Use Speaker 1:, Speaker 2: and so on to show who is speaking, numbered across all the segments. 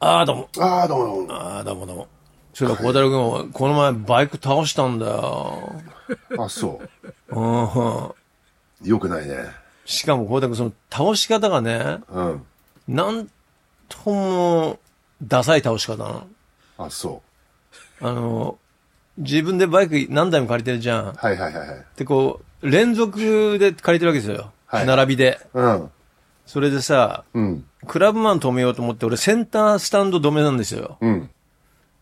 Speaker 1: ああ、どうも。
Speaker 2: ああ、どうもどうも。
Speaker 1: ああ、どうもどうも。そうだ、孝太郎君、この前バイク倒したんだよ。
Speaker 2: あ、そう。
Speaker 1: うん。
Speaker 2: よくないね。
Speaker 1: しかも孝太郎君、その倒し方がね、
Speaker 2: うん。
Speaker 1: なんとも、ダサい倒し方なの。
Speaker 2: あ、そ
Speaker 1: あの、自分でバイク何台も借りてるじゃん
Speaker 2: う。。はいはいはいはい。
Speaker 1: で、こう、連続で借りてるわけですよ。
Speaker 2: はい
Speaker 1: 並びで。
Speaker 2: うん。
Speaker 1: それでさ、
Speaker 2: うん。
Speaker 1: クラブマン止めようと思って、俺センタースタンド止めなんですよ。
Speaker 2: うん。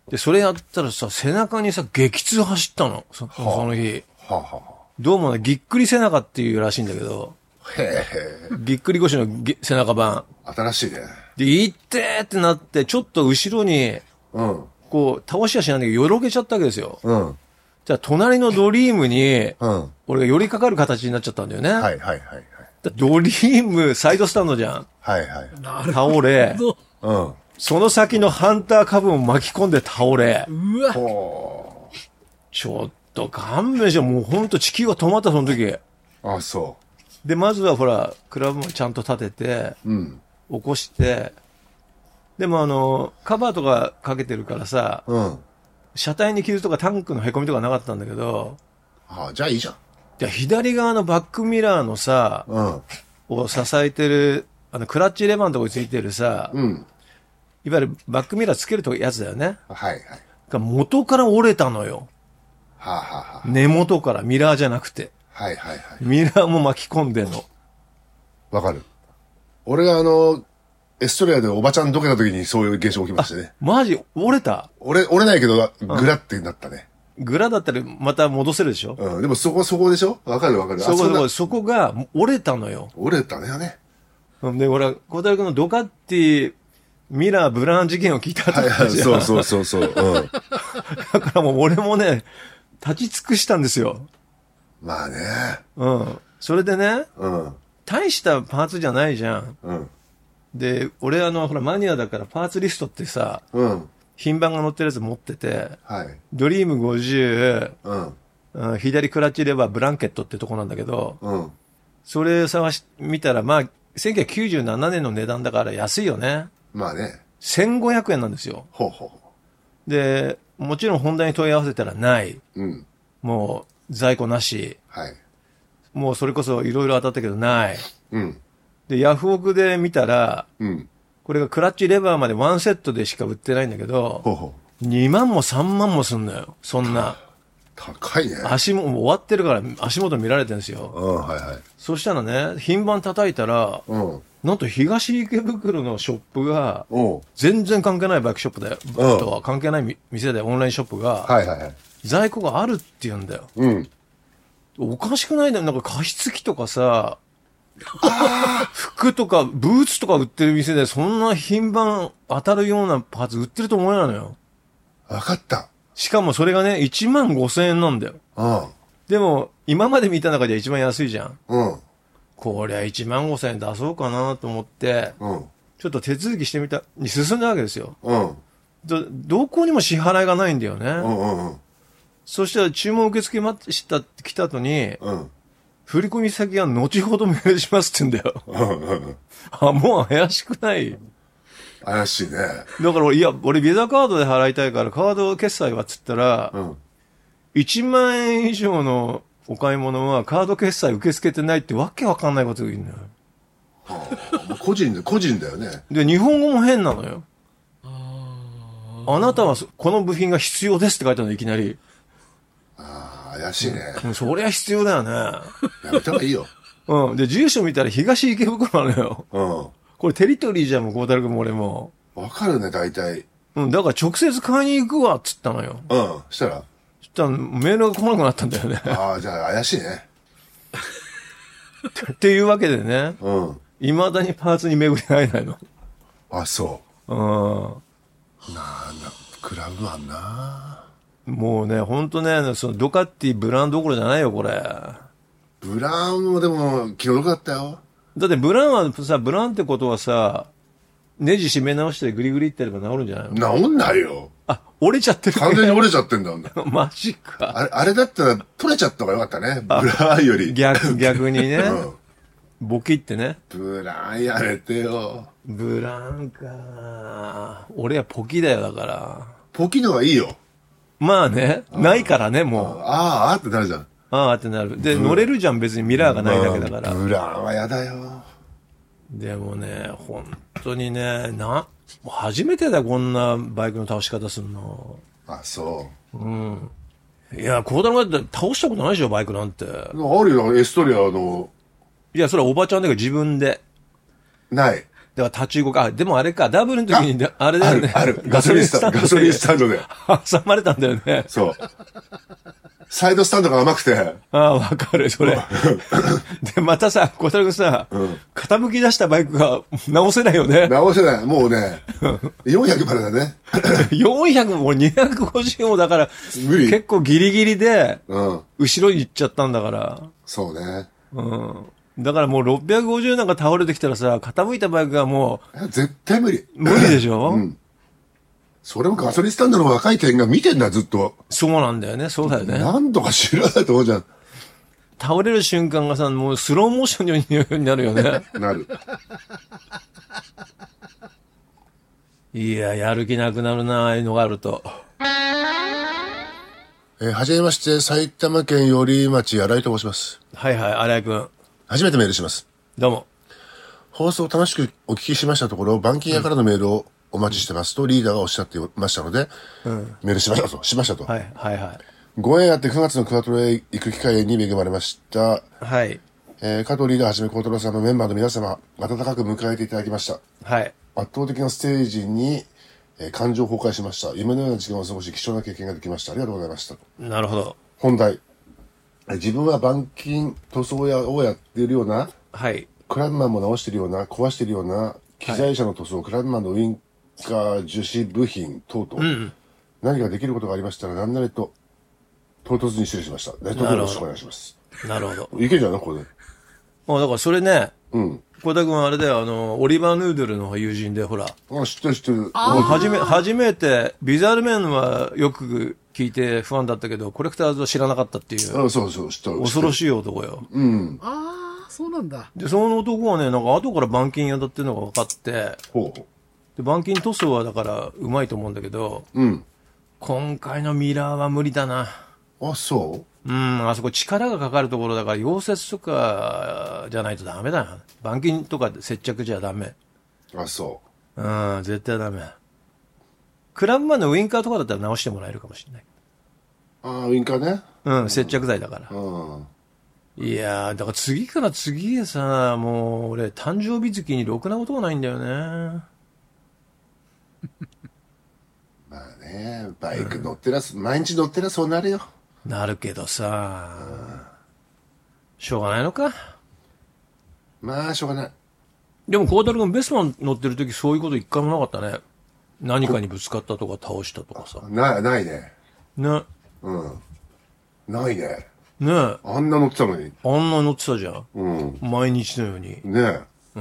Speaker 1: で、それやったらさ、背中にさ、激痛走ったの。そその日。
Speaker 2: はあ、は
Speaker 1: どうもね、ぎっくり背中っていうらしいんだけど、
Speaker 2: あ、へえ。
Speaker 1: ぎっくり腰のぎ背中版。
Speaker 2: 新しいね。
Speaker 1: で、行ってーってなって、ちょっと後ろに、
Speaker 2: うん。
Speaker 1: こう、倒しはしないんだけど、よろけちゃったわけですよ。
Speaker 2: うん。うん。
Speaker 1: じゃあ、隣のドリームに、
Speaker 2: は
Speaker 1: 俺が寄りかかる形になっちゃったんだよね。
Speaker 2: いはいはいはい。
Speaker 1: だドリーム、サイドスタンドじゃん。
Speaker 2: はいはい。
Speaker 1: 倒れ、
Speaker 2: うん。
Speaker 1: その先のハンター株も巻き込んで倒れ、
Speaker 3: うわ
Speaker 2: ほ
Speaker 1: ちょっと勘弁して、もうほんと地球が止まった、その時。
Speaker 2: う。あ、そ
Speaker 1: で、まずはほら、クラブもちゃんと立てて、
Speaker 2: う。うん。
Speaker 1: 起こして、でもあの、カバーとかかけてるからさ、
Speaker 2: うん。
Speaker 1: 車体に傷とかタンクの凹みとかなかったんだけど、
Speaker 2: ああ、じゃあいいじゃん。
Speaker 1: で左側のバックミラーのさ、
Speaker 2: うん。
Speaker 1: を支えてる、あの、クラッチレバーのとこについてるさ、
Speaker 2: うん。
Speaker 1: いわゆるバックミラーつけるとやつだよね。
Speaker 2: はいはい。
Speaker 1: が元から折れたのよ。
Speaker 2: はあ、は
Speaker 1: 根元から、ミラーじゃなくて。
Speaker 2: あ、はいはいはい。
Speaker 1: ミラーも巻き込んでんの。
Speaker 2: わかる。俺があの、エストレアでおばちゃんどけた時にそういう現象起きましてね。
Speaker 1: マジ、折れた
Speaker 2: 俺、折れないけど、グラってなったね。
Speaker 1: グラだったらまた戻せるでしょ、
Speaker 2: うん。でもそこ、そこでしょわかるわかる。あ
Speaker 1: そこ
Speaker 2: ん
Speaker 1: そ
Speaker 2: な
Speaker 1: こ、そこが折れたのよ。
Speaker 2: 折れたねよね。
Speaker 1: で、俺は、小太郎君のドカッティ、ミラー、ブラーン事件を聞いた
Speaker 2: はい
Speaker 1: 時
Speaker 2: はい。
Speaker 1: じゃん
Speaker 2: そうそうそうそう。 うん。
Speaker 1: だからもう俺もね、立ち尽くしたんですよ。
Speaker 2: まあね。
Speaker 1: うん。それでね、
Speaker 2: うん。
Speaker 1: 大したパーツじゃないじゃん。
Speaker 2: うん。
Speaker 1: で、俺あの、ほら、マニアだからパーツリストってさ、
Speaker 2: うん。
Speaker 1: 品番が載ってるやつ持ってて、
Speaker 2: はい。
Speaker 1: ドリーム50、
Speaker 2: うん。
Speaker 1: うん左クラッチレバー、ブランケットってとこなんだけど、
Speaker 2: うん。
Speaker 1: それ探し、見たら、まあ、1997年の値段だから安いよね。
Speaker 2: まあね。
Speaker 1: 1500円なんですよ。
Speaker 2: ほうほうほ
Speaker 1: で、もちろん本題に問い合わせたらない。
Speaker 2: う。うん。
Speaker 1: もう、在庫なし。
Speaker 2: はい。
Speaker 1: もうそれこそいろいろ当たったけどない。
Speaker 2: うん。
Speaker 1: で、ヤフオクで見たら、
Speaker 2: うん。
Speaker 1: これがクラッチレバーまでワンセットでしか売ってないんだけ
Speaker 2: ほう
Speaker 1: ど、
Speaker 2: ほう。
Speaker 1: 2万も3万もすんのよ。そんな。
Speaker 2: 高いね。
Speaker 1: 足も、もう終わってるから足元見られてるんです
Speaker 2: う
Speaker 1: よ。
Speaker 2: ん、はいはい。
Speaker 1: そしたらね、品番叩いたら、
Speaker 2: うん。
Speaker 1: なんと東池袋のショップが、
Speaker 2: おう。
Speaker 1: 全然関係ないバイクショップだよ。
Speaker 2: うん
Speaker 1: とは関係ないみ店でオンラインショップが、
Speaker 2: はいはいはい。
Speaker 1: 在庫があるって言うんだよ。
Speaker 2: うん。
Speaker 1: おかしくないだなんか加湿器とかさ、服とかブーツとか売ってる店でそんな品番当たるようなパーツ売ってると思えないのよ。
Speaker 2: わかった。
Speaker 1: しかもそれがね、1万5千円なんだよ。
Speaker 2: う
Speaker 1: でも、今まで見た中では一番安いじゃん。
Speaker 2: ん。うん。
Speaker 1: こりゃ1万5千円出そうかなと思って、
Speaker 2: うん。
Speaker 1: ちょっと手続きしてみた、に進んだわけですよ。
Speaker 2: うん。
Speaker 1: ど、どこにも支払いがないんだよね。
Speaker 2: うんうんうん。
Speaker 1: そしたら注文受付待ちした、来た後に、
Speaker 2: うん。
Speaker 1: 振込先が後ほどメールしますって言うんだよ。
Speaker 2: うんうんうん。
Speaker 1: あ、もう怪しくない。
Speaker 2: 怪しいね。
Speaker 1: だから俺、いや、俺ビザカードで払いたいから、カード決済はっつったら、
Speaker 2: うん。
Speaker 1: 1万円以上のお買い物はカード決済受け付けてないってわけわかんないこと言うんだよ。
Speaker 2: もう個人で、個人だよね。
Speaker 1: で、日本語も変なのよ。あなたはそこの部品が必要ですって書いたの、いきなり。
Speaker 2: ああ、怪しいね。
Speaker 1: うんそりゃ必要だよね。
Speaker 2: やめた方がいいよ。
Speaker 1: うん。で、住所見たら東池袋なのよ。
Speaker 2: う
Speaker 1: これテリトリーじゃん、もう、孝太郎君も俺も。
Speaker 2: ん。わかるね、大体。
Speaker 1: うん、だから直接買いに行くわ、っつったのよ。
Speaker 2: うん。したら、
Speaker 1: そしたらメールが来なくなったんだよね。
Speaker 2: ああ、じゃあ怪しいね。
Speaker 1: っていうわけでね、
Speaker 2: うん。
Speaker 1: 未だにパーツに巡り合えないの。
Speaker 2: あ、そ
Speaker 1: うん。
Speaker 2: う。クラブマンな
Speaker 1: もうね、ほんとね、そのドカッティブランドどころじゃないよ、これ。
Speaker 2: ブラウンもでも、気の毒だったよ。
Speaker 1: だってブランはさ、ブランってことはさ、ネジ締め直してグリグリってやれば治るんじゃないの
Speaker 2: 治んないよ。
Speaker 1: あ、折れちゃってる。
Speaker 2: 完全に折れちゃってんだも ん。
Speaker 1: マジか。
Speaker 2: あれ、あれだったら取れちゃった方がよかったね。ブラーより。
Speaker 1: 逆、逆にね。
Speaker 2: うん。
Speaker 1: ボキってね。
Speaker 2: ブランやめてよ。
Speaker 1: ブランか。俺はポキだよ、だから。
Speaker 2: ポキのがいいよ。
Speaker 1: まあね、ないからね、もう。
Speaker 2: あーあーってなるじゃん。
Speaker 1: ああってなる。で、乗れるじゃん、別にミラーがないだけだか
Speaker 2: まあ
Speaker 1: ら。
Speaker 2: ブランはやだよ。
Speaker 1: でもね、本当にね、な、もう初めてだよ、こんなバイクの倒し方すんの。
Speaker 2: あ、そ
Speaker 1: いや、孝太郎が倒したことないでしょ、バイクなんて。
Speaker 2: う。あるよ、エストリアの、
Speaker 1: いや、それはおばちゃんだけど自分で。
Speaker 2: ない。
Speaker 1: だから立ち動か、あでもあれか、ダブルの時にで、あれだ
Speaker 2: あ
Speaker 1: よ
Speaker 2: る
Speaker 1: ね、。
Speaker 2: ある。ガソリンスタンド、ガソリンスタンドで。
Speaker 1: ン。挟まれたんだよね。
Speaker 2: そう。サイドスタンドが甘くて、
Speaker 1: ああ、わかる、それ。で、またさ、小太郎君さ、傾き出したバイクが直せないよね。
Speaker 2: 直せない。もうね、400までだ ね。
Speaker 1: 400も250もだから、
Speaker 2: 無理
Speaker 1: 結構ギリギリで、
Speaker 2: うん。
Speaker 1: 後ろに行っちゃったんだから。
Speaker 2: そうね。
Speaker 1: うん。だからもう650なんか倒れてきたらさ、傾いたバイクがも
Speaker 2: 絶対無理。
Speaker 1: う無理でしょ、
Speaker 2: それもガソリンスタンドの若い店員が見てんだ、ずっと。
Speaker 1: そうなんだよね、そうだよね。
Speaker 2: なんとか知らないと思うじゃん。
Speaker 1: 倒れる瞬間がさ、もうスローモーションのようになるよ ね。
Speaker 2: なる。
Speaker 1: いや、やる気なくなるな、ああいうのがあると。
Speaker 2: えーはじめまして、埼玉県寄居町、新井と申します。
Speaker 1: はいはい、荒井くん。
Speaker 2: 初めてメールします。
Speaker 1: どうも。
Speaker 2: 放送を楽しくお聞きしましたところ、板金屋からのメールをお待ちしてますとリーダーがおっしゃっていましたので、メールしましたと、しましたと。
Speaker 1: はい、はいは
Speaker 2: ご縁あって9月のクワトロへ行く機会に恵まれました。
Speaker 1: い。はい。
Speaker 2: えー加藤リーダーはじめ孝太郎さんのメンバーの皆様、温かく迎えていただきました。
Speaker 1: はい。
Speaker 2: 圧倒的なステージに、えー感情崩壊しました。夢のような時間を過ごし、貴重な経験ができました。ありがとうございました。
Speaker 1: なるほど。
Speaker 2: 本題。えー自分は板金塗装屋をやっているような、
Speaker 1: はい。
Speaker 2: クランマーも直してるような、壊してるような、機材車の塗装、クランマーのウインカー、樹脂部品等々、何かできることがありましたら、何なりと、唐突に失礼しました。ネットよろしくお願いします。
Speaker 1: なるほど。
Speaker 2: いけんじゃないこれで。
Speaker 1: あ、だからそれね、
Speaker 2: うん。
Speaker 1: 小田君はあれだよ、あの、オリバー・ヌードルの友人で、ほら。
Speaker 2: あ、知ってる知ってる。
Speaker 1: はじめ、初めて、ビザールメンはよく聞いて不安だったけど、コレクターズは知らなかったっていう、
Speaker 2: あそうそう、知ってる。
Speaker 1: 恐ろ
Speaker 2: しい。
Speaker 1: しい男よ。
Speaker 3: ああ、そうなんだ。
Speaker 1: で、その男はね、なんか後から板金屋だっていうのが分かって、
Speaker 2: ほう。
Speaker 1: で、板金塗装はだから、うまいと思うんだけど、
Speaker 2: うん。
Speaker 1: 今回のミラーは無理だな。
Speaker 2: あ、そう
Speaker 1: うん、あそこ力がかかるところだから、溶接とかじゃないとダメだな。板金とかで接着じゃダメ。
Speaker 2: あ、そ
Speaker 1: うん、絶対ダメ。クランマーのウインカーとかだったら直してもらえるかもしれない。
Speaker 2: う。あウインカーね。
Speaker 1: うん、接着剤だから。
Speaker 2: うん。
Speaker 1: いやー、だから次から次へさ、もう俺、誕生日月にろくなことがないんだよね。
Speaker 2: まあね、バイク乗ってらす、毎日乗ってらそうなるよ。
Speaker 1: なるけどさ、しょうがないのか。
Speaker 2: まあ、しょうがない。
Speaker 1: でも、孝太郎君、ベスマン乗ってる時そういうこと一回もなかったね。何かにぶつかったとか倒したとかさ。
Speaker 2: ない、ないね。
Speaker 1: ね、
Speaker 2: うん。ないね。
Speaker 1: ねえ、
Speaker 2: あんな乗ってたのに。
Speaker 1: あんな乗ってたじゃん。
Speaker 2: うん。
Speaker 1: 毎日のように。
Speaker 2: ねえ。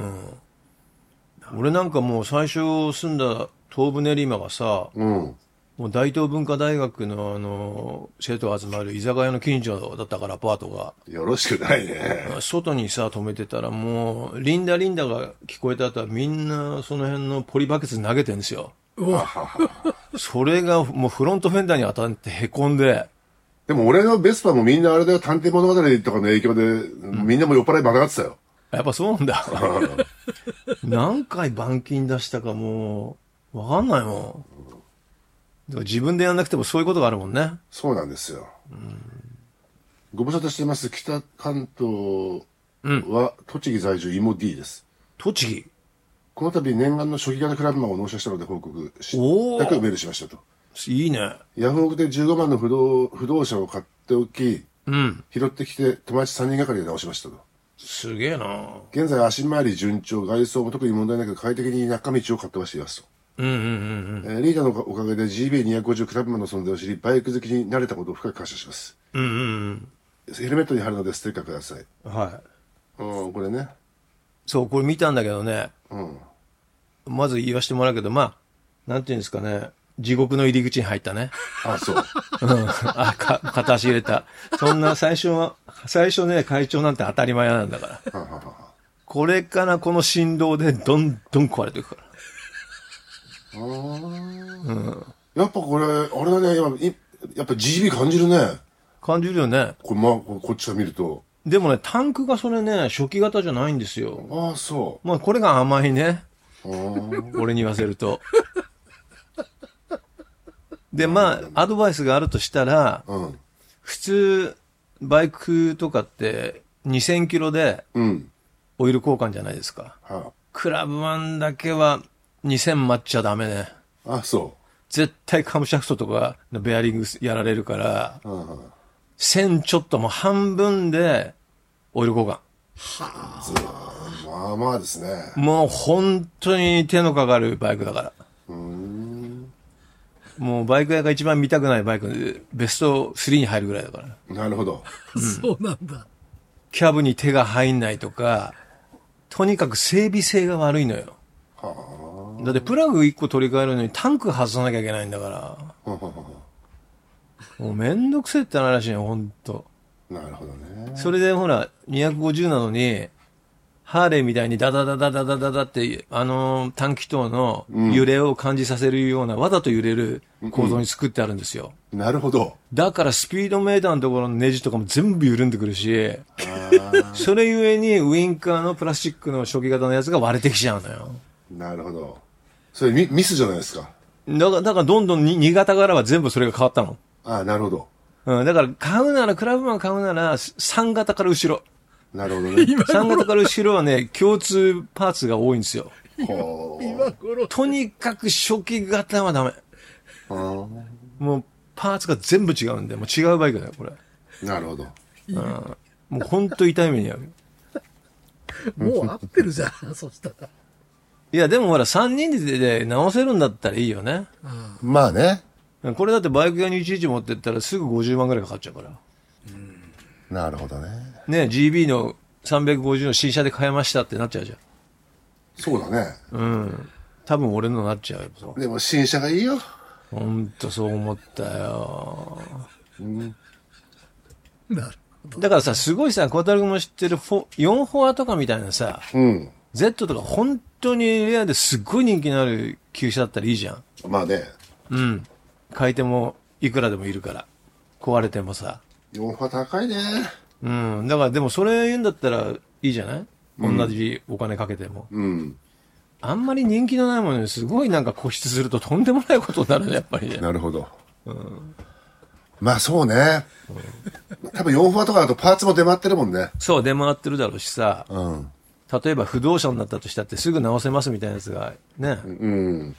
Speaker 1: 俺なんかもう最初住んだ東部練馬がさ、
Speaker 2: うん。
Speaker 1: もう大東文化大学のあの、生徒が集まる居酒屋の近所だったから、アパートが。
Speaker 2: よろしくないね。
Speaker 1: 外にさ、止めてたらもう、リンダリンダが聞こえた後はみんなその辺のポリバケツ投げてんですよ。それがもうフロントフェンダーに当たって凹んで、
Speaker 2: でも俺のベスパもみんなあれだよ、探偵物語とかの影響で、みんなも酔っ払いバカがってたよ。
Speaker 1: やっぱそうなんだ。何回板金出したかもう、わかんないもん。だから自分でやんなくてもそういうことがあるもんね。
Speaker 2: そうなんですよ。ご無沙汰してます。北関東は、栃木在住、芋 D です。
Speaker 1: 栃木。
Speaker 2: この度念願の初期型クラブマンを納車したので報告し、
Speaker 1: おー
Speaker 2: だくメールしましたと。
Speaker 1: いいね。
Speaker 2: ヤフオクで15万の不動不動車を買っておき、
Speaker 1: うん。
Speaker 2: 拾ってきて友達3人がかりで直しましたと。
Speaker 1: すげえな。
Speaker 2: 現在足回り順調、外装も特に問題なく快適に中道を買ってましていますと。
Speaker 1: うんうんうん
Speaker 2: えーリーダーのおかげで GB250 クラブマンの存在を知り、バイク好きになれたことを深く感謝します。
Speaker 1: うん。うんうん
Speaker 2: ヘルメットに貼るのでステッカーください。
Speaker 1: うん。はい。
Speaker 2: うん、これね。
Speaker 1: そう、これ見たんだけどね。
Speaker 2: うん。
Speaker 1: まず言わせてもらうけど、まあ、なんていうんですかね。地獄の入り口に入ったね。
Speaker 2: あ、そう。
Speaker 1: うん。あ、か、片足入れた。そんな最初は、最初ね、会長なんて当たり前なんだから。
Speaker 2: はははは
Speaker 1: これからこの振動でどんどん壊れていくから。
Speaker 2: やっぱこれ、あれだね、今、いやっぱ GB 感じるね。
Speaker 1: 感じるよね。
Speaker 2: これ、まあ、ここっちから見ると。
Speaker 1: でもね、タンクがそれね、初期型じゃないんですよ。
Speaker 2: ああ、そ
Speaker 1: まあ、これが甘いね。
Speaker 2: う。あー
Speaker 1: 俺に言わせると。で、まあ、アドバイスがあるとしたら、
Speaker 2: うん。
Speaker 1: 普通、バイクとかって2000キロで
Speaker 2: うん。
Speaker 1: オイル交換じゃないですか。
Speaker 2: は
Speaker 1: クラブワンだけは2000待っちゃダメね。
Speaker 2: あ。あ、そ
Speaker 1: 絶対カムシャフトとかのベアリングやられるから、
Speaker 2: う。うん。
Speaker 1: 1000ちょっともう半分でオイル交換。
Speaker 2: まあまあですね。
Speaker 1: もう本当に手のかかるバイクだから。
Speaker 2: うーん。
Speaker 1: もうバイク屋が一番見たくないバイクで、ベスト3に入るぐらいだから。
Speaker 2: なるほど。
Speaker 3: そうなんだ。
Speaker 1: キャブに手が入んないとか、とにかく整備性が悪いのよ。
Speaker 2: は
Speaker 1: だってプラグ1個取り替えるのにタンク外さなきゃいけないんだか
Speaker 2: あ。
Speaker 1: ら。もうめんどくせえって話ね、ほんと。
Speaker 2: なるほどね。
Speaker 1: それでほら、250なのに、ハーレーみたいにダダダダダダダダって、あのー短気筒の揺れを感じさせるような、わざと揺れる構造に作ってあるんですよ。
Speaker 2: なるほど。
Speaker 1: だからスピードメーターのところのネジとかも全部緩んでくるし、それゆえにウインカーのプラスチックの初期型のやつが割れてきちゃうのよ。
Speaker 2: なるほど。それミミスじゃないですか。
Speaker 1: だから、だからどんどんに新潟からは全部それが変わったの。
Speaker 2: ああ、なるほど。
Speaker 1: うん、だから買うなら、クラブマン買うなら、3型から後ろ。
Speaker 2: なるほどね。
Speaker 1: 3型から後ろはね、共通パーツが多いんですよ。
Speaker 2: ほ
Speaker 3: 今頃、
Speaker 1: とにかく初期型はダメ。
Speaker 2: うう
Speaker 1: もうパーツが全部違うんで、もう違うバイクだよ、これ。
Speaker 2: んなるほど。
Speaker 1: もうほんと痛い目に遭う。
Speaker 3: もう合ってるじゃ ん。そしたら。
Speaker 1: いや、でもほら、3人でで直せるんだったらいいよね。
Speaker 2: まあね。
Speaker 1: これだってバイク屋にいちいち持ってったらすぐ50万ぐらいかかっちゃうから。
Speaker 2: なるほどね。
Speaker 1: ね、GB の350の新車で買えましたってなっちゃうじゃん。
Speaker 2: そうだね。
Speaker 1: うん。多分俺のなっちゃうよ。
Speaker 2: でも新車がいいよ。
Speaker 1: ほんとそう思ったよ。
Speaker 3: なるほど。
Speaker 1: だからさ、すごいさ、小太郎君も知ってるフォ4フォアとかみたいなさ、
Speaker 2: うん。
Speaker 1: Z とか本当にレアですっごい人気のある旧車だったらいいじゃん。
Speaker 2: まあね。
Speaker 1: うん。買い手もいくらでもいるから。壊れてもさ。
Speaker 2: 4波高いね。
Speaker 1: うん。だからでもそれ言うんだったらいいじゃない同じお金かけても。
Speaker 2: うん。
Speaker 1: あんまり人気のないものにすごいなんか固執するととんでもないことになるね、やっぱりね。
Speaker 2: なるほど。まあそうね。多分4波とかだとパーツも出回ってるもんね。
Speaker 1: そう、出回ってるだろうしさ、
Speaker 2: うん。
Speaker 1: 例えば不動産になったとしたってすぐ直せますみたいなやつがね、
Speaker 2: うん。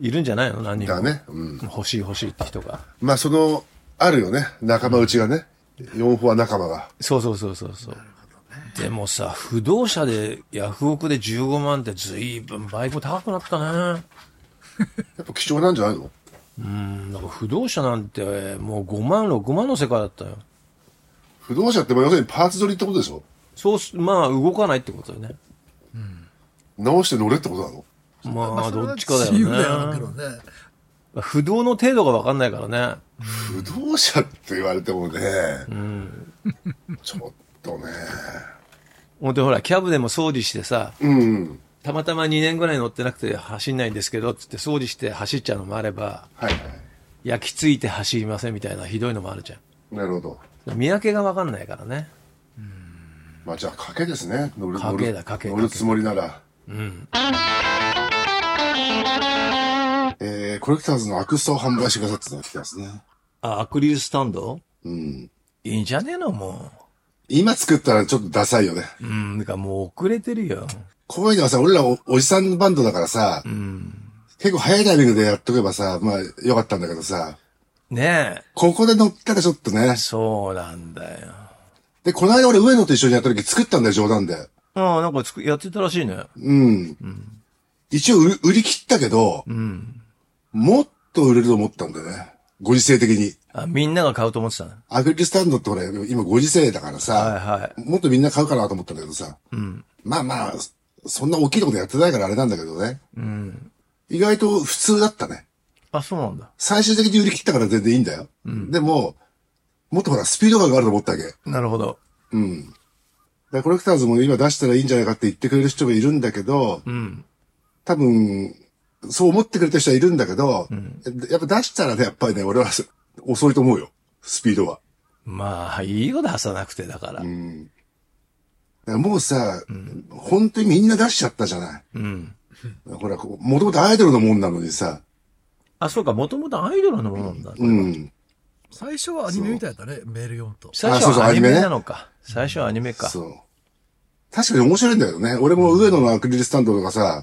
Speaker 1: いるんじゃないの何人
Speaker 2: だ
Speaker 1: も。
Speaker 2: ね。うん。
Speaker 1: 欲しい欲しいって人が。
Speaker 2: まあその、あるよね。仲間内がね。4波は仲間が。
Speaker 1: そうそうそうそうそう。でもさ、不動車で、ヤフオクで15万って随分バイクも高くなったね。
Speaker 2: やっぱ貴重なんじゃないの
Speaker 1: うん、だから不動車なんてもう5万、6万の世界だったよ。
Speaker 2: 不動車ってまあ要するにパーツ取りってことでしょ
Speaker 1: そうす、まあ動かないってことだよね。
Speaker 2: 直して乗れってことなの
Speaker 1: まあ
Speaker 3: それ
Speaker 1: ど
Speaker 3: は
Speaker 1: っちかだ
Speaker 3: 自由だ
Speaker 1: よ
Speaker 3: よ
Speaker 1: ね
Speaker 3: け。どね。
Speaker 1: 不動の程度がわかんないからね。
Speaker 2: 不動車って言われてもね、ちょっとね、
Speaker 1: ほんとほら、キャブでも掃除してさ、
Speaker 2: うん、
Speaker 1: たまたま2年ぐらい乗ってなくて走んないんですけど、つって掃除して走っちゃうのもあれば、
Speaker 2: はいは
Speaker 1: 焼き付いて走りませんみたいなひどいのもあるじゃ
Speaker 2: い、なるほど。
Speaker 1: ん。見分けがわかんないからね。
Speaker 2: まあじゃあ賭けですね、乗る
Speaker 1: 賭けだ
Speaker 2: 乗
Speaker 1: 賭け
Speaker 2: る乗るつもりなら。うん。えー、コレクターズのアクスタを販売してくださってた来てますね。
Speaker 1: あ、アクリルスタンド
Speaker 2: うん。
Speaker 1: いいんじゃねえのも
Speaker 2: 今作ったらちょっとダサいよね。
Speaker 1: う。うん、だからもう遅れてるよ。
Speaker 2: こういうのはさ、俺らおおじさんバンドだからさ、結構早いタイミングでやっとけばさ、まあよかったんだけどさ、
Speaker 1: ね
Speaker 2: ここで乗ったらちょっとね
Speaker 1: え。。そうなんだよ。
Speaker 2: で、この間俺上野と一緒にやった時作ったんだよ、冗談で。
Speaker 1: ああ、なんかつくやってたらしいね。
Speaker 2: うん。一応売り売り切ったけど、もっと売れると思ったんだよね。ご時世的に。
Speaker 1: あ、みんなが買うと思ってたね。
Speaker 2: アクリルスタンドって俺、今ご時世だからさ、
Speaker 1: はいはい。
Speaker 2: もっとみんな買うかなと思ったんだけどさ。まあまあ、そんな大きいことやってないからあれなんだけどね。意外と普通だったね。
Speaker 1: あ、そうなんだ。
Speaker 2: 最終的に売り切ったから全然いいんだよ。でも、もっとほら、スピード感があると思ったわけ。
Speaker 1: なるほど。
Speaker 2: うん。らコレクターズも今出したらいいんじゃないかって言ってくれる人がいるんだけど、
Speaker 1: うん。
Speaker 2: 多分、そう思ってくれた人はいるんだけど、やっぱ出したらね、やっぱりね、俺は遅いと思うよ。スピードは。
Speaker 1: まあ、いいよ出さなくて、だから。うん。
Speaker 2: だからもうさ、本当にみんな出しちゃったじゃない。ほら、こうもともとアイドルのもんなのにさ、
Speaker 1: あ、そうか、もともとアイドルのものなんだ。
Speaker 2: うん。
Speaker 3: 最初はアニメみたいだね、メール読むと。
Speaker 1: 最
Speaker 2: あそう
Speaker 1: 初
Speaker 2: そう
Speaker 1: はアニ
Speaker 2: アニメ
Speaker 1: メ
Speaker 2: ね
Speaker 1: なのか。最初はアニメか。
Speaker 2: そう。確かに面白いんだけどね。俺も上野のアクリルスタンドとかさ、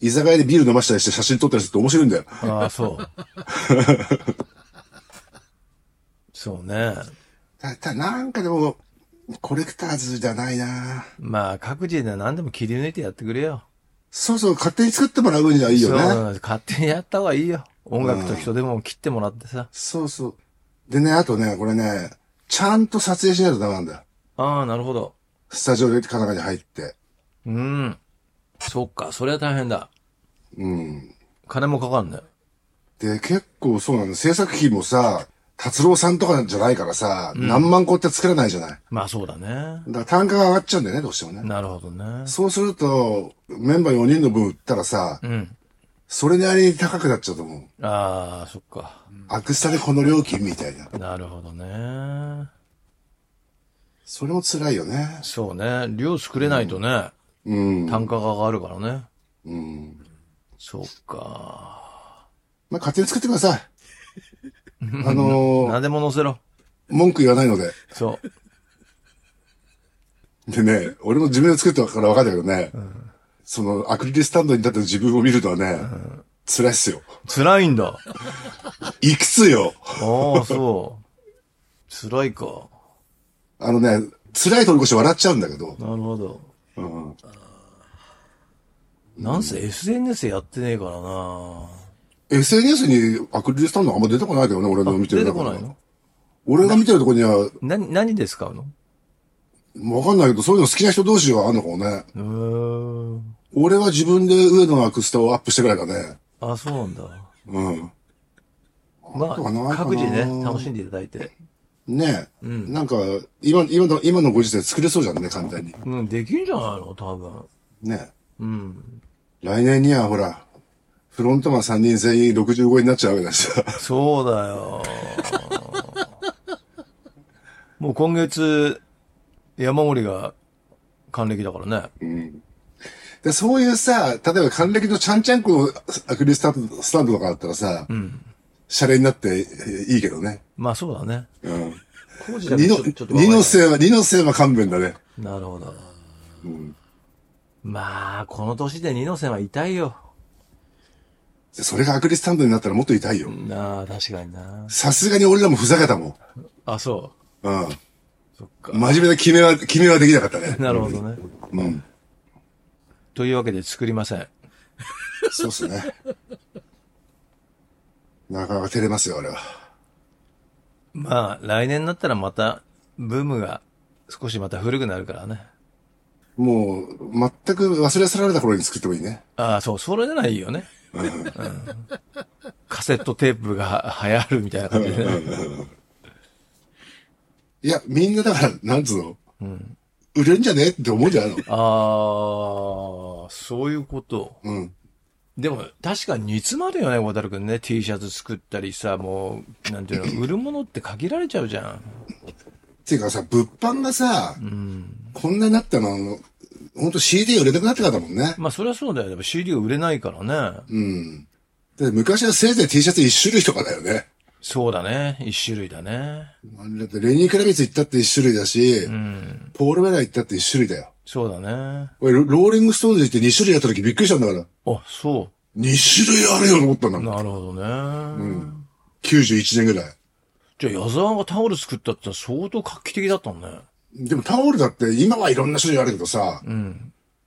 Speaker 2: 居酒屋でビール飲ましたりして写真撮ったりすると面白いんだよ。
Speaker 1: ああ、 そう。そうね。
Speaker 2: ただ、なんかでも、コレクターズじゃないな
Speaker 1: まあ、各自で何でも切り抜いてやってくれよ。
Speaker 2: そうそう、勝手に作ってもらう分にはいいよ
Speaker 1: そう
Speaker 2: ね。
Speaker 1: なんです勝手にやった方がいいよ。音楽と人でも切ってもらってさ。
Speaker 2: そうそう。でね、あとね、これね、ちゃんと撮影しないとダメなんだよ。
Speaker 1: ああ、なるほど。
Speaker 2: スタジオでカナカに入って。
Speaker 1: うん。そっか、それは大変だ。
Speaker 2: うん。
Speaker 1: 金もかかんね。
Speaker 2: で、結構そうなの。制作費もさ、達郎さんとかじゃないからさ、何万個って作らないじゃない。だ
Speaker 1: まあそうだね。
Speaker 2: から単価が上がっちゃうんだよね、どうしてもね。
Speaker 1: なるほどね。
Speaker 2: そうすると、メンバー4人の分売ったらさ、
Speaker 1: うん。
Speaker 2: それなりに高くなっちゃうと思う。
Speaker 1: ああ、そっか。
Speaker 2: アクスタでこの料金みたいな。
Speaker 1: なるほどね。
Speaker 2: それも辛いよね。
Speaker 1: そうね。量作れないとね、
Speaker 2: うん。
Speaker 1: 単価が上がるからね。
Speaker 2: うん。
Speaker 1: そっか。
Speaker 2: まあ、勝手に作ってくださ い。あのー
Speaker 1: 何でも載せろ。
Speaker 2: 文句言わないので。
Speaker 1: そう。
Speaker 2: でね、俺も自分で作ったから分かるんだけどね、そのアクリルスタンドに立ってる自分を見るのはね、辛いっすよ。
Speaker 1: 辛いんだ。
Speaker 2: いくつよ
Speaker 1: ああ、そう。辛いか。
Speaker 2: あのね、辛い通り越して笑っちゃうんだけど、
Speaker 1: なるほど。
Speaker 2: うん、
Speaker 1: なんせ SNS やってねえからな。
Speaker 2: SNS にアクリルスタンドあんま出てこないけどね、俺の見てる
Speaker 1: 出て
Speaker 2: 中
Speaker 1: こ
Speaker 2: で
Speaker 1: ないの
Speaker 2: 俺が見てるとこには、わ
Speaker 1: な、何で使うの
Speaker 2: かんないけど、そういうの好きな人同士があんのかもね。
Speaker 1: うーん。
Speaker 2: 俺は自分で上野のアクスタをアップしてからいだね。
Speaker 1: あ、そうなんだ。
Speaker 2: うん。
Speaker 1: ま
Speaker 2: とはないかな
Speaker 1: あ、各自ね、楽しんでいただいて。
Speaker 2: ねえ。なんか、今、今の、今のご時世作れそうじゃんね、簡単に。
Speaker 1: うん、できんじゃないの多分。
Speaker 2: ね
Speaker 1: うん。
Speaker 2: え。来年にはほら、フロントマン3人全員65になっちゃうわけだしさ。
Speaker 1: そうだよ。もう今月、山盛りが還暦だからね。
Speaker 2: で、そういうさ、例えば還暦のちゃんちゃんこのアクリルスタンドスタンドとかだったらさ、シャレになってえいいけどね。
Speaker 1: まあそうだね。
Speaker 2: うん。
Speaker 1: 工事だけ
Speaker 2: 二の
Speaker 1: ちょちょっ、と
Speaker 2: 二の線は、二の線は勘弁だね。
Speaker 1: なるほど。まあ、この年で二の線は痛いよ。
Speaker 2: でそれがアクリルスタンドになったらもっと痛いよ。
Speaker 1: なあ、確かにな。
Speaker 2: さすがに俺らもふざけたもん。
Speaker 1: あ、そ
Speaker 2: うん。
Speaker 1: う。そっか。
Speaker 2: 真面目な決めは、決めはできなかったね。
Speaker 1: なるほどね。
Speaker 2: うん。
Speaker 1: というわけで作りません。
Speaker 2: そうっすね。なかなか照れますよ、俺は。
Speaker 1: まあ、来年になったらまた、ブームが少しまた古くなるからね。
Speaker 2: もう、全く忘れ去られた頃に作ってもいいね。
Speaker 1: ああ、そう、それならいいよね。うんカセットテープが流行るみたいな感じでね。
Speaker 2: いや、みんなだから、なんつうの、売れんじゃねえって思うんじゃないの
Speaker 1: ああ、そういうこと。
Speaker 2: うん。
Speaker 1: でも、確かに煮詰まるよね、小樽くんね。T シャツ作ったりさ、もう、なんていう の、売るものって限られちゃうじゃん。
Speaker 2: っていうかさ、物販がさ、こんなになったの、ほんと CD 売れなくなってからだもんね。
Speaker 1: まあ、そりゃそうだよ。でも CD が売れないからね。
Speaker 2: うん。で昔はせいぜい T シャツ一種類とかだよね。
Speaker 1: そうだね。一種類だね。
Speaker 2: だってレニー・クラビッツ行ったって一種類だし、ポール・ウェラー行ったって一種類だよ。
Speaker 1: そうだね。
Speaker 2: 俺、ロローリング・ストーンズ行って二種類やった時びっくりしたんだから。
Speaker 1: あ、そ
Speaker 2: 二種類あるよと思ったんだ
Speaker 1: う。
Speaker 2: もん。
Speaker 1: なるほどね。
Speaker 2: 91年ぐらい。
Speaker 1: じゃあ、矢沢がタオル作ったって相当画期的だったんね。
Speaker 2: でもタオルだって今はいろんな種類あるけどさ、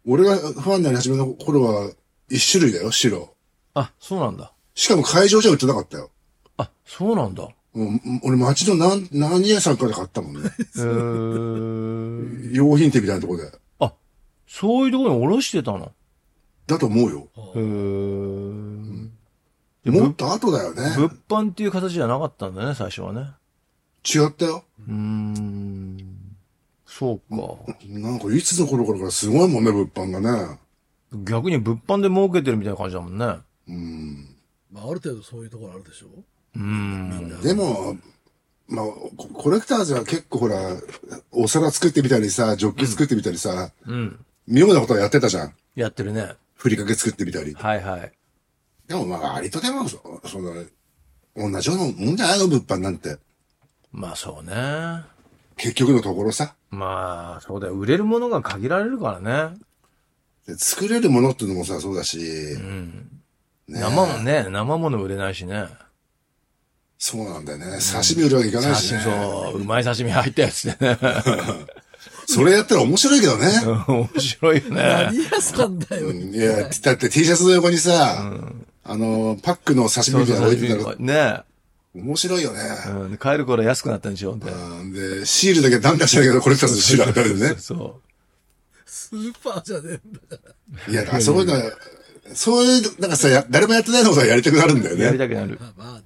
Speaker 2: 俺がファンになり始めの頃は一種類だよ、白。
Speaker 1: あ、そうなんだ。
Speaker 2: しかも会場じゃ売ってなかったよ。
Speaker 1: あ、そうなんだ。
Speaker 2: もう俺街の何何屋さんかで買ったもんね。
Speaker 1: へー
Speaker 2: 用品店みたいなとこで。
Speaker 1: あ、そういうところにおろしてたの。
Speaker 2: だと思うよ。
Speaker 1: へーで
Speaker 2: もっと後だよね。
Speaker 1: 物販っていう形じゃなかったんだね、最初はね。
Speaker 2: 違ったよ。
Speaker 1: うーん。そうか。
Speaker 2: なんかいつの頃からかすごいもんね、物販がね。
Speaker 1: 逆に物販で儲けてるみたいな感じだもんね。
Speaker 3: まあ、ある程度そういうところあるでしょ
Speaker 1: うん。
Speaker 2: でも、まあ、ココレクターズは結構ほら、お皿作ってみたりさ、ジョッキ作ってみたりさ、
Speaker 1: うん。
Speaker 2: 妙なことはやってたじゃん。
Speaker 1: やってるね。
Speaker 2: ふりかけ作ってみたり。
Speaker 1: はいはい。
Speaker 2: でもまあ、割とでも、そその、同じようなもんじゃないの、物販なんて。
Speaker 1: まあそうね。
Speaker 2: 結局のところさ。
Speaker 1: まあ、そうだよ。売れるものが限られるからね。
Speaker 2: で作れるものっていうのもさ、そうだし、
Speaker 1: 生もね、生もの売れないしね。
Speaker 2: そうなんだよね。刺身売るわけいかないし、
Speaker 1: 刺
Speaker 2: ね
Speaker 1: 身、そう、うまい刺身入ったやつでね。
Speaker 2: それやったら面白いけどね。
Speaker 1: 面白いよね。
Speaker 3: 何屋さんだよ。
Speaker 2: いや、だって T シャツの横にさ、あの、パックの刺身みたいなの置いてたら、
Speaker 1: ね
Speaker 2: 面白いよね。
Speaker 1: うん、買える頃安くなったんでしょって。
Speaker 2: うんで、シールだけ何かしらけど、これたちのシールあったんでね。
Speaker 1: そ
Speaker 3: スーパーじゃねえんだから。
Speaker 2: いや、だからそういうのは、そういう、なんかさ、や誰もやってないのことはやりたくなるんだよ
Speaker 1: う。やりた
Speaker 2: ね。
Speaker 1: くなる。
Speaker 3: まあまあね。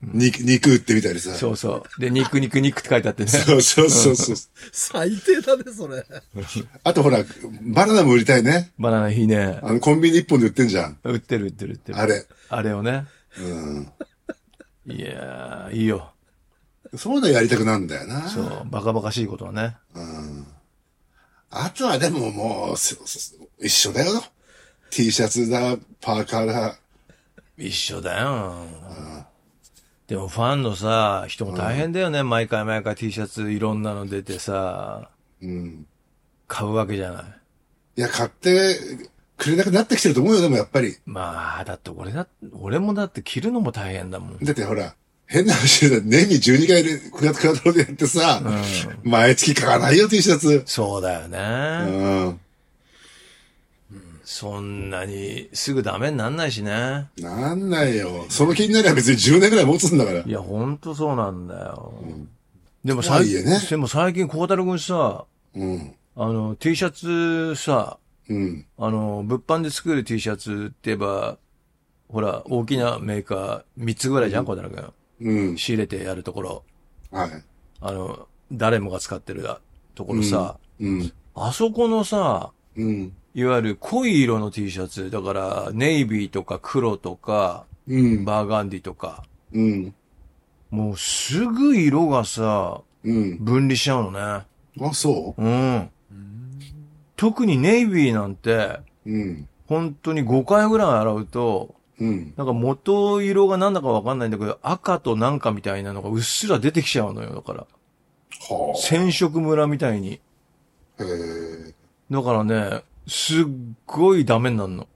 Speaker 2: 肉、肉売ってみたりさ。そ
Speaker 1: そうそう。で、肉肉肉って書いてあってね。
Speaker 2: うそうそうそう。
Speaker 3: 最低だね、それ。
Speaker 2: あとほら、バナナも売りたいね。
Speaker 1: バナナいいね。
Speaker 2: あの、コンビニ一本で売ってんじゃん。
Speaker 1: 売ってる売ってる売ってる。
Speaker 2: あれ。
Speaker 1: あれをね。
Speaker 2: うん。
Speaker 1: いやー、いいよ。
Speaker 2: そういうのやりたくなるんだよな。
Speaker 1: そう、バカバカしいことはね。
Speaker 2: あとはでももう、そそ一緒だよ。T シャツだ、パーカーだ。
Speaker 1: 一緒だよ。でもファンのさ、人も大変だよね。毎回毎回 T シャツいろんなの出てさ、
Speaker 2: うん。
Speaker 1: 買うわけじゃない。
Speaker 2: いや、買ってくれなくなってきてると思うよ、でもやっぱり。
Speaker 1: まあ、だって俺だ、俺もだって着るのも大変だもん。
Speaker 2: だってほら、変な話だ。年に12回で、くらくらとろでやってさ、毎月買わないよ、T シャツ。
Speaker 1: そうだよ
Speaker 2: う
Speaker 1: ね。
Speaker 2: ん。
Speaker 1: そんなにすぐダメになんないしね。
Speaker 2: なんないよ。その気になりゃ別に10年ぐらい持つんだから
Speaker 1: い。や、ほんとそうなんだよ。でも
Speaker 2: とは
Speaker 1: 最
Speaker 2: いえね
Speaker 1: 近、でも最近、孝太郎くんさ、
Speaker 2: うん。
Speaker 1: あの、T シャツさ、
Speaker 2: うん。
Speaker 1: あの、物販で作る T シャツって言えば、ほら、大きなメーカー3つぐらいじゃん、小田君。
Speaker 2: うん。
Speaker 1: 仕入れてやるところ。
Speaker 2: はい。
Speaker 1: あの、誰もが使ってるところさ、
Speaker 2: うん。
Speaker 1: あそこのさ、
Speaker 2: うん。
Speaker 1: いわゆる濃い色の T シャツ、だから、ネイビーとか黒とか、
Speaker 2: うん。
Speaker 1: バーガンディとか、
Speaker 2: うん。
Speaker 1: もうすぐ色がさ、
Speaker 2: うん。
Speaker 1: 分離しちゃうのね。
Speaker 2: あ、そ
Speaker 1: うん。特にネイビーなんて、
Speaker 2: ううん。
Speaker 1: 本当に5回ぐらい洗うと、
Speaker 2: うん。
Speaker 1: なんか元色がなんだかわかんないんだけど、赤となんかみたいなのがうっすら出てきちゃうのよ、だから。
Speaker 2: は
Speaker 1: 染色村みたいに。
Speaker 2: あ。へえ。
Speaker 1: だからね、すっごいダメになるの。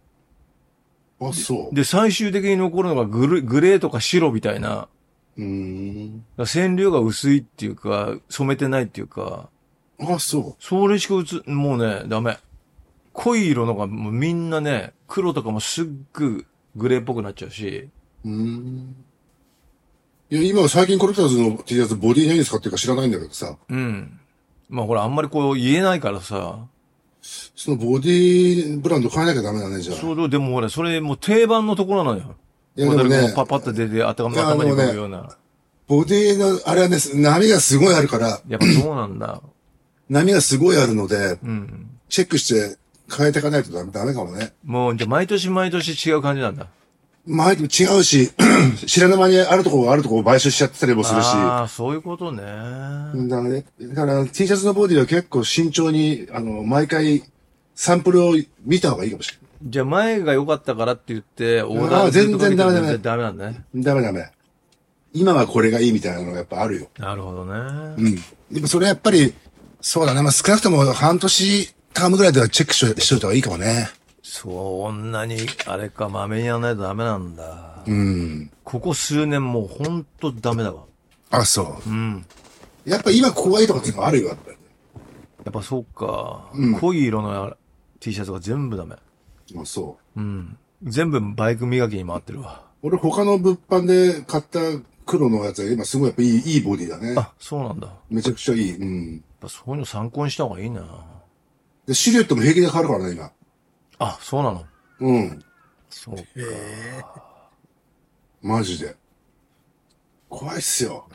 Speaker 2: あ、そう。
Speaker 1: で、最終的に残るのがグルグレーとか白みたいな。
Speaker 2: うー
Speaker 1: だ
Speaker 2: ん。
Speaker 1: から染料が薄いっていうか、染めてないっていうか、
Speaker 2: あ、そ
Speaker 1: それしか映、もうね、ダメ。濃い色のがもうみんなね、黒とかもすっぐグレーっぽくなっちゃうし、
Speaker 2: う。うーん。いや、今最近コレクターズの T シャツボディ何使ってるか知らないんだけどさ、
Speaker 1: うん。まあほら、あんまりこう言えないからさ、
Speaker 2: そのボディブランド変えなきゃダメだね、じゃあ。
Speaker 1: そうそう、でもほら、それもう定番のところなのよ。
Speaker 2: いや
Speaker 1: こ
Speaker 2: でも
Speaker 1: れ
Speaker 2: ね
Speaker 1: だけパッパッと出て頭
Speaker 2: いや
Speaker 1: 頭に浮
Speaker 2: でも
Speaker 1: か
Speaker 2: ね
Speaker 1: ぶような。
Speaker 2: ボディの、あれはね、波がすごいあるから、
Speaker 1: やっぱそうなんだ。
Speaker 2: 波がすごいあるので、
Speaker 1: うん。
Speaker 2: チェックして変えていかないとダメダメかもね。
Speaker 1: もう、じゃあ毎年毎年違う感じなんだ。
Speaker 2: まあ、違うし、 知らぬ間にあるとこがあるとこを買収しちゃってたりもするし、
Speaker 1: ああ、そういうことね。
Speaker 2: だからね、だから T シャツのボディは結構慎重に、あの、毎回サンプルを見た方がいいかもしれない。
Speaker 1: じゃあ前が良かったからって言って、オーダー
Speaker 2: あー全然ダメダメ
Speaker 1: 全然ダメなんだね。
Speaker 2: ダメダメ。今はこれがいいみたいなのがやっぱあるよ。
Speaker 1: なるほど
Speaker 2: う
Speaker 1: ね。
Speaker 2: ん。でもそれやっぱり、そうだね。まあ、少なくとも半年タームぐらいではチェックしとしといた方がいいかもね。
Speaker 1: そんなに、あれか、まめにやらないとダメなんだ。
Speaker 2: うん。
Speaker 1: ここ数年もうほんとダメだわ。
Speaker 2: あ、そうう。
Speaker 1: ん。
Speaker 2: やっぱ今ここがいいとかっていうのはあるよ、やっぱり。
Speaker 1: やっぱそうか。濃い色の T シャツが全部ダメ。
Speaker 2: あ、そう。
Speaker 1: うん。全部バイク磨きに回ってるわ。
Speaker 2: 俺他の物販で買った黒のやつは今すごいやっぱいい、いいボディだね。
Speaker 1: あ、そうなんだ。やっ
Speaker 2: めちゃくちゃいい。うん。
Speaker 1: ぱそういうの参考にした方がいいな。
Speaker 2: で、シルエットも平気で変わるからね、今。
Speaker 1: あ、そうなの。
Speaker 2: うん。
Speaker 1: そうか。
Speaker 2: マジで。怖いっすよ。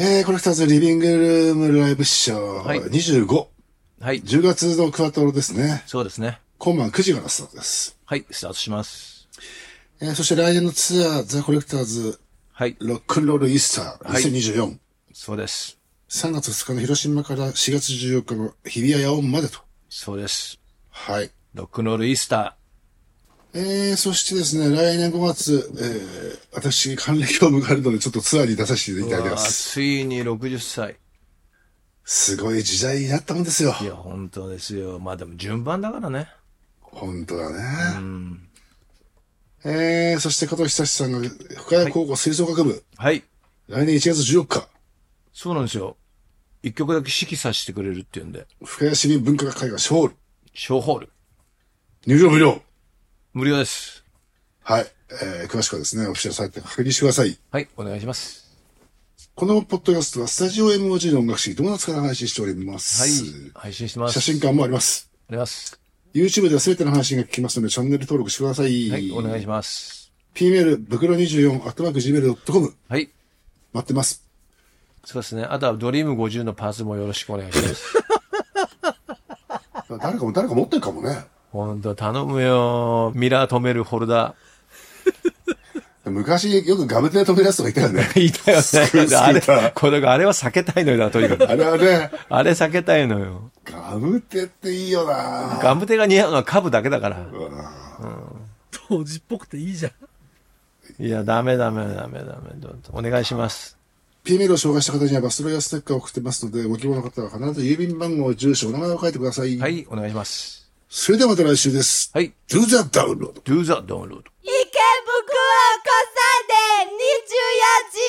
Speaker 2: えー、コレクターズリビングルームライブショー、
Speaker 1: はい
Speaker 2: 25。
Speaker 1: はい。
Speaker 2: 10月のクワトロですね。
Speaker 1: そうですね。
Speaker 2: 今晩9時からスタートです。
Speaker 1: はい、スタートします。
Speaker 2: えー、そして来年のツアー、ザ・コレクターズ、
Speaker 1: はい、
Speaker 2: ロックンロールイースター、
Speaker 1: はい
Speaker 2: 2024。
Speaker 1: そうです。
Speaker 2: 3月2日の広島から4月14日の日比谷野音までと。
Speaker 1: そうです。
Speaker 2: はい。
Speaker 1: ロックンロールイースタ
Speaker 2: えー、そしてですね、来年5月、えー、私、還暦を迎えるので、ちょっとツアーに出させてい
Speaker 1: ー。
Speaker 2: ただき
Speaker 1: わ
Speaker 2: ま
Speaker 1: あ
Speaker 2: す。
Speaker 1: ついに60歳。
Speaker 2: すごい時代になったもんですよ。
Speaker 1: いや、本当ですよ。まあでも順番だからね。
Speaker 2: 本当だね。えー、そして加藤久志さんが、深谷高校吹奏楽部、
Speaker 1: はい。
Speaker 2: 来年1月14日、
Speaker 1: そうなんですよ。一曲だけ指揮させてくれるっていうんで。
Speaker 2: 深谷市民文化会館ショール、
Speaker 1: 小ホール。
Speaker 2: 入場無料。
Speaker 1: 無料です。
Speaker 2: はい。えー、詳しくはですね、オフィシャルサイト確認してください。
Speaker 1: はい、お願いします。
Speaker 2: このポッドキャストは、スタジオ MOG の音楽誌、ドーナツから配信しておりま
Speaker 1: はい
Speaker 2: す。。
Speaker 1: 配信してます。
Speaker 2: 写真館もあります。
Speaker 1: あります。
Speaker 2: YouTube では全ての配信が聞きますので、チャンネル登録してください。
Speaker 1: はい、お願いします。
Speaker 2: p メール、袋24、アットマーク Gmail.com、
Speaker 1: はい。
Speaker 2: 待ってます。
Speaker 1: そうですね。あとはドリーム50のパーツもよろしくお願いし ます。
Speaker 2: 誰かも、誰か持ってるかもね。
Speaker 1: ほんと、頼むよ。ミラー止めるホルダ
Speaker 2: 昔、よくガムテで止めるやつとかいたよ ね。
Speaker 1: ー。いたよ
Speaker 2: す
Speaker 1: ね。
Speaker 2: ご
Speaker 1: あ
Speaker 2: い好きだ
Speaker 1: れ、これ、あれは避けたい のよな、とにかく。
Speaker 2: あれはね、
Speaker 1: あれ避けたいのよ。
Speaker 2: ガムテっていいよな
Speaker 1: ガムテが似合うのはカブだけだから。
Speaker 3: 当時っぽくていいじゃん。
Speaker 1: いや、ダメダメダメダメ。どうぞお願いします。
Speaker 2: P メールを紹介した方にはバスロイヤーステッカーを送ってますので、ご希望の方は必ず郵便番号、住所、お名前を書いてください。
Speaker 1: はい、お願いします。
Speaker 2: それではまた来週です。
Speaker 1: はい。
Speaker 2: Do the download!
Speaker 1: Do the download.
Speaker 4: 池袋子さんで24時